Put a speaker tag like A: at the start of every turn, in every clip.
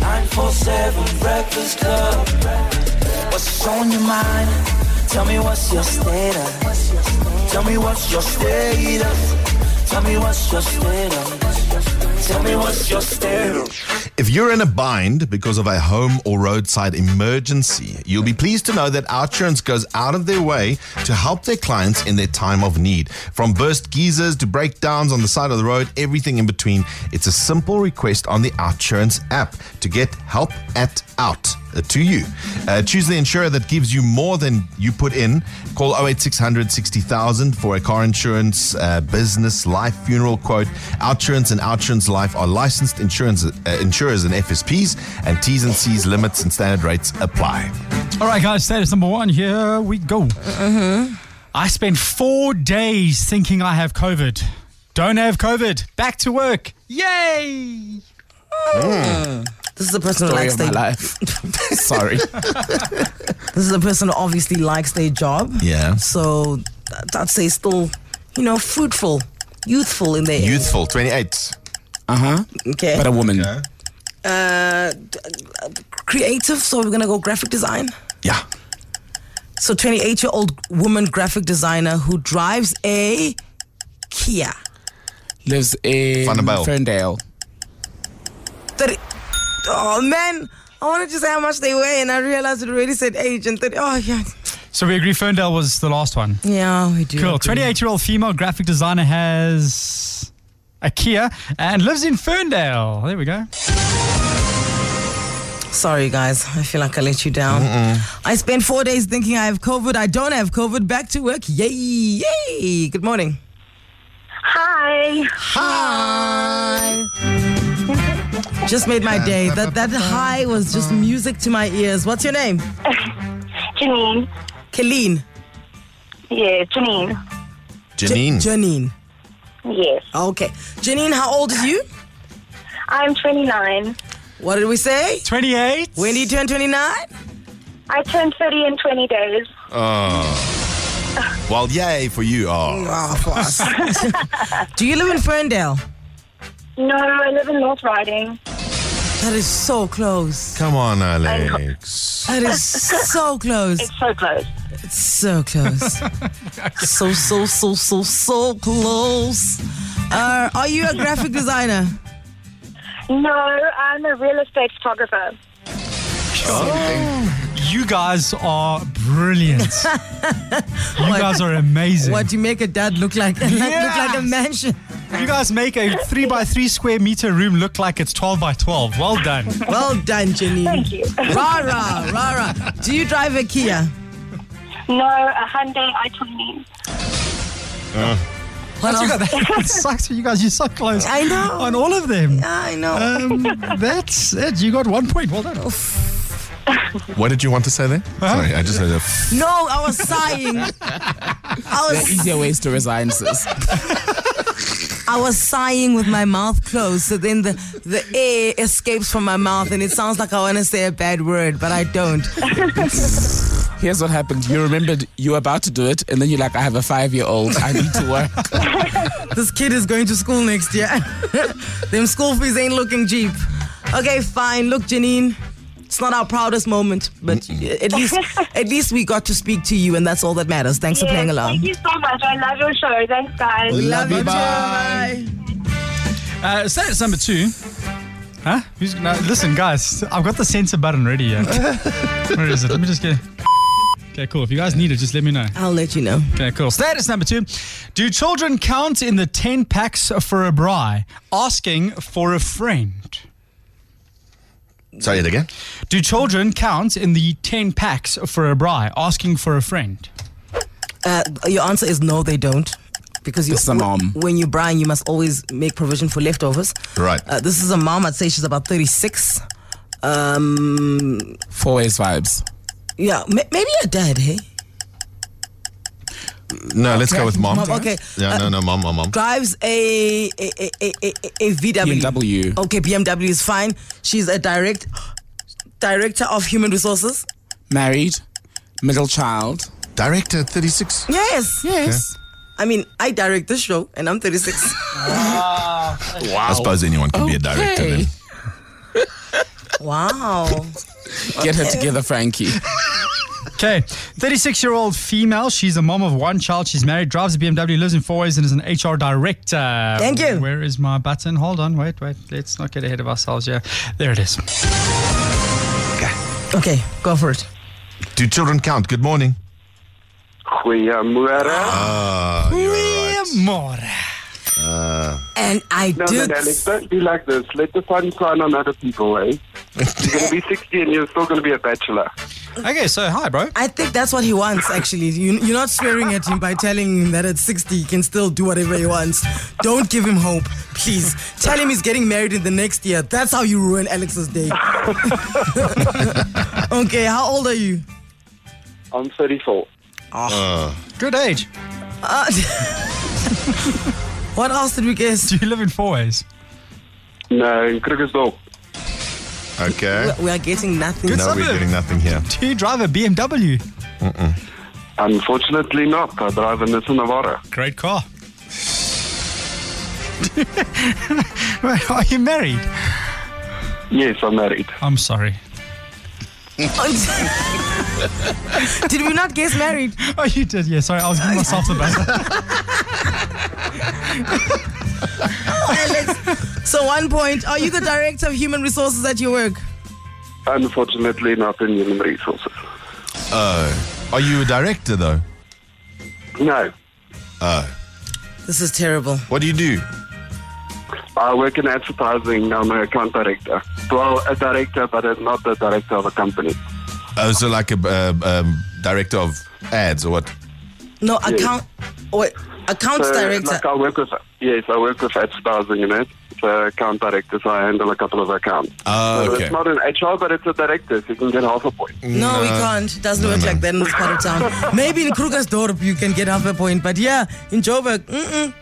A: 947 Breakfast Club. What's on your mind? Tell me what's your status. Tell me what's your status. Tell me what's your status. Tell me what's your status.
B: If you're in a bind because of a home or roadside emergency, you'll be pleased to know that Outsurance goes out of their way to help their clients in their time of need. From burst geysers to breakdowns on the side of the road, everything in between, it's a simple request on the Outsurance app to get help at out uh, to you. Uh, choose the insurer that gives you more than you put in. Call 08600 60000 for a car insurance, uh, business, life, funeral quote. Outsurance and Outsurance Life are licensed insurance uh, insurers and FSPs, and T's and C's limits and standard rates apply.
C: All right, guys, status number one. Here we go.
D: Uh-huh.
C: I spent four days thinking I have COVID. Don't have COVID. Back to work. Yay!
D: this is the person who likes their.
B: Sorry.
D: This is the person who obviously likes their job.
B: Yeah.
D: So that- I'd say still, you know, fruitful, youthful in their
B: Youthful, 28.
D: Okay.
E: But a woman.
D: uh, creative. So we're gonna go graphic design.
B: Yeah.
D: So 28 year old woman graphic designer who drives a Kia.
E: Lives in
B: Vanderbijl.
E: Ferndale.
D: 30. Oh man, I wanted to say how much they weigh, and I realized it already said age and 30. Oh yeah,
C: So we agree Ferndale was the last one.
D: yeah, we do.
C: Cool.
D: agree.
C: 28 year old female graphic designer has a Kia and lives in Ferndale. There we go.
D: Sorry, guys. I feel like I let you down. I spent four days thinking I have COVID. I don't have COVID. Back to work. Yay! Yay! Good morning.
F: Hi.
D: Hi. Just made my day. That that high was just music to my ears. What's your name?
F: Janine.
D: Kaleen.
F: Yeah, Janine.
B: Janine.
D: Janine.
F: Yes.
D: Okay. Janine, how old are you?
F: I'm 29.
D: What did we say?
C: 28.
D: When do you turn 29?
F: I turned 30 in 20 days.
B: well, yay for you. Oh.
D: Oh, of course. do you live in Ferndale?
F: No, I live in North Riding.
D: That is so close.
B: Come on, Alex.
D: That is so close.
F: It's so close.
D: So close. so, so, so, so, so close. Uh, are you a graphic designer?
F: No, I'm a real estate photographer.
C: You guys are brilliant. you guys are amazing.
D: What, you make a dad look like, like
C: Yes.
D: look like a mansion?
C: You guys make a 3 by 3 square meter room look like it's 12 by 12. Well done.
D: Well done, Janine.
F: Thank you.
D: Rara, Rara. Do you drive a Kia?
F: no, a Hyundai i20.
D: What
C: You
D: else?
C: guys- it sucks for you guys. You're so close.
D: I know.
C: On all of them.
D: I know.
C: Um, that's it. You got one point. Well done.
B: What did you want to say there? Sorry, I just heard a. F-
D: no, I was sighing. I was,
E: Easier ways to resign, sis.
D: I was sighing with my mouth closed, so then the, the air escapes from my mouth, and it sounds like I want to say a bad word, but I don't.
E: Here's what happened. You remembered you were about to do it, and then you're like, I have a five year old. I need to work.
D: this kid is going to school next year. Them school fees ain't looking cheap. Okay, fine. Look, Janine, it's not our proudest moment, but at least at least we got to speak to you, and that's all that matters. Thanks for
F: Yes,
D: playing along.
F: Thank you so much. I love your show. Thanks, guys.
D: Love you, bye.
C: Uh, status number two. Huh? Who's, no, listen, guys, I've got the censor button ready here. Where is it? Let me just get. Okay, cool. If you guys need it, just let me know.
D: I'll let you know.
C: Okay, cool. Status number two. Do children count in the 10 packs for a bri? Asking for a friend.
B: Say it again.
C: Do children count in the 10 packs for a bri? Asking for a friend.
D: Uh, your answer is no, they don't. Because you,
E: It's the mom.
D: when you brine, you must always make provision for leftovers.
B: Right.
D: Uh, this is a mom. I'd say she's about thirty-six. Um,
E: Four ways vibes.
D: yeah, ma- maybe your dad, hey?
B: No, let's go with mom.
D: Mom, okay.
B: Yeah,
D: Uh,
B: no, no, mom, mom, mom.
D: Drives a, a, a, a, a, a VW.
E: BMW.
D: Okay, BMW is fine. She's a direct director of human resources.
E: Married. Middle child.
B: Director at 36.
D: Yes.
E: Yes.
D: I mean, I direct the show and I'm 36.
B: I suppose anyone can be a director then.
D: wow.
E: Get her together, Frankie.
C: Okay, 36 year old female. She's a mom of one child. She's married, drives a BMW, lives in four ways, and is an HR director.
D: Thank you.
C: Where is my button? Hold on, wait, wait. Let's not get ahead of ourselves. Yeah, there it is.
D: Okay, go for it.
B: Do children count? Good morning.
G: Goeiemôre.
B: Ah, you're right.
C: Goeiemorgen.
D: And I
G: No, no,
D: did.
G: no, let's don't be like this. Let the sun shine on other people, eh? You're going to be 60 and you're still going to be a bachelor.
C: Okay, so hi, bro.
D: I think that's what he wants, actually. You, you're not swearing at him by telling him that at 60 he can still do whatever he wants. Don't give him hope, please. Tell him he's getting married in the next year. That's how you ruin Alex's day. okay, how old are you?
G: I'm 34.
C: Good age.
D: Uh, what else did we guess?
C: Do you live in four ways?
G: No, in Krugersdorp.
B: Okay.
D: We are getting nothing.
B: No, we're
C: suburb.
B: getting nothing here.
C: Do you drive a BMW?
G: Unfortunately not. I drive a Nissan Navara.
C: Great car. Wait, are you married?
G: Yes, I'm married.
C: I'm sorry.
D: did we not guess married?
C: Oh, you did. Yeah, sorry. I was giving myself the buzzer.
D: Alex. So, one point. Are you the director of human resources at your work?
G: Unfortunately not in human resources.
B: Are you a director though?
G: No,
D: This is terrible.
B: What do you do?
G: I work in advertising. I'm an account director. Well, a director, but I'm not the director of a company.
B: Oh, so like a uh, um, director of ads or what?
D: No, account. Wait, accounts
G: So,
D: director.
G: like I work with, yes, I work with advertising in it. So account directors, I handle a couple of accounts.
B: Oh,
G: So
B: okay.
G: It's not an HR, but it's a director, so you can get half a point.
D: No, we
B: No.
D: can't. It doesn't
B: No,
D: work
B: no.
D: like that in this part of town. Maybe in Krugersdorp you can get half a point, but yeah, in Joburg, mm-mm.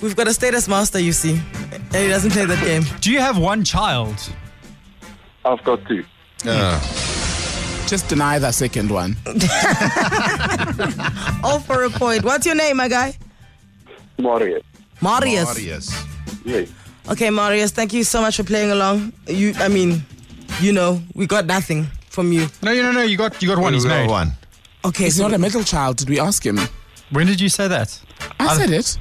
D: we've got a status master, you see, and he doesn't play that game.
C: Do you have one child?
G: I've got two.
B: Uh,
E: Just deny that second one.
D: All for a point. What's your name, my guy?
G: Mario.
B: Oh,
D: Marius.
B: Marius.
G: Yes.
D: Okay, Marius, thank you so much for playing along. You, I mean, you know, we got nothing from you.
C: No, no, no, no. You got, Oh, you got one. He's
B: Number
C: married.
B: One.
D: Okay,
E: He's
D: so
E: not a middle child. Did we ask him?
C: When did you say that?
E: I said it.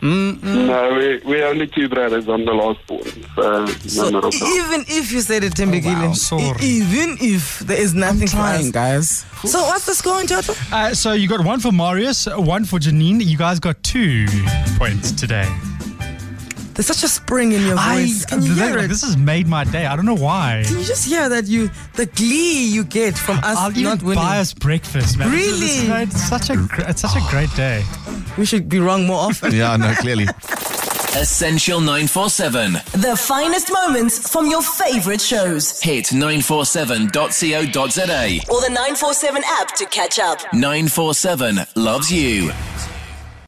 D: Hmm.
G: No, we, we're only two brothers. I'm the last born. So,
D: so
G: no middle child.
D: even if you said it, Tembegile,
E: wow.
D: e-
C: Sorry.
D: even if there is nothing for us.
E: Fine, guys.
D: So what's the score in total?
C: Uh, so you got one for Marius, one for Janine. You guys got two points today.
D: There's such a spring in your voice. Can you
C: th-
D: hear it?
C: This has made my day. I don't know why.
D: Can you just hear that you the glee you get from us
C: I'll
D: not
C: even
D: winning?
C: buy us breakfast, man.
D: Really?
C: This is- It's such a gr- it's such a great day.
D: We should be wrong more often.
B: Yeah, no, clearly.
H: Essential 947.
I: The finest moments from your favorite shows.
H: Hit 947.co.za.
I: Or the 947 app to catch up.
H: 947 loves you.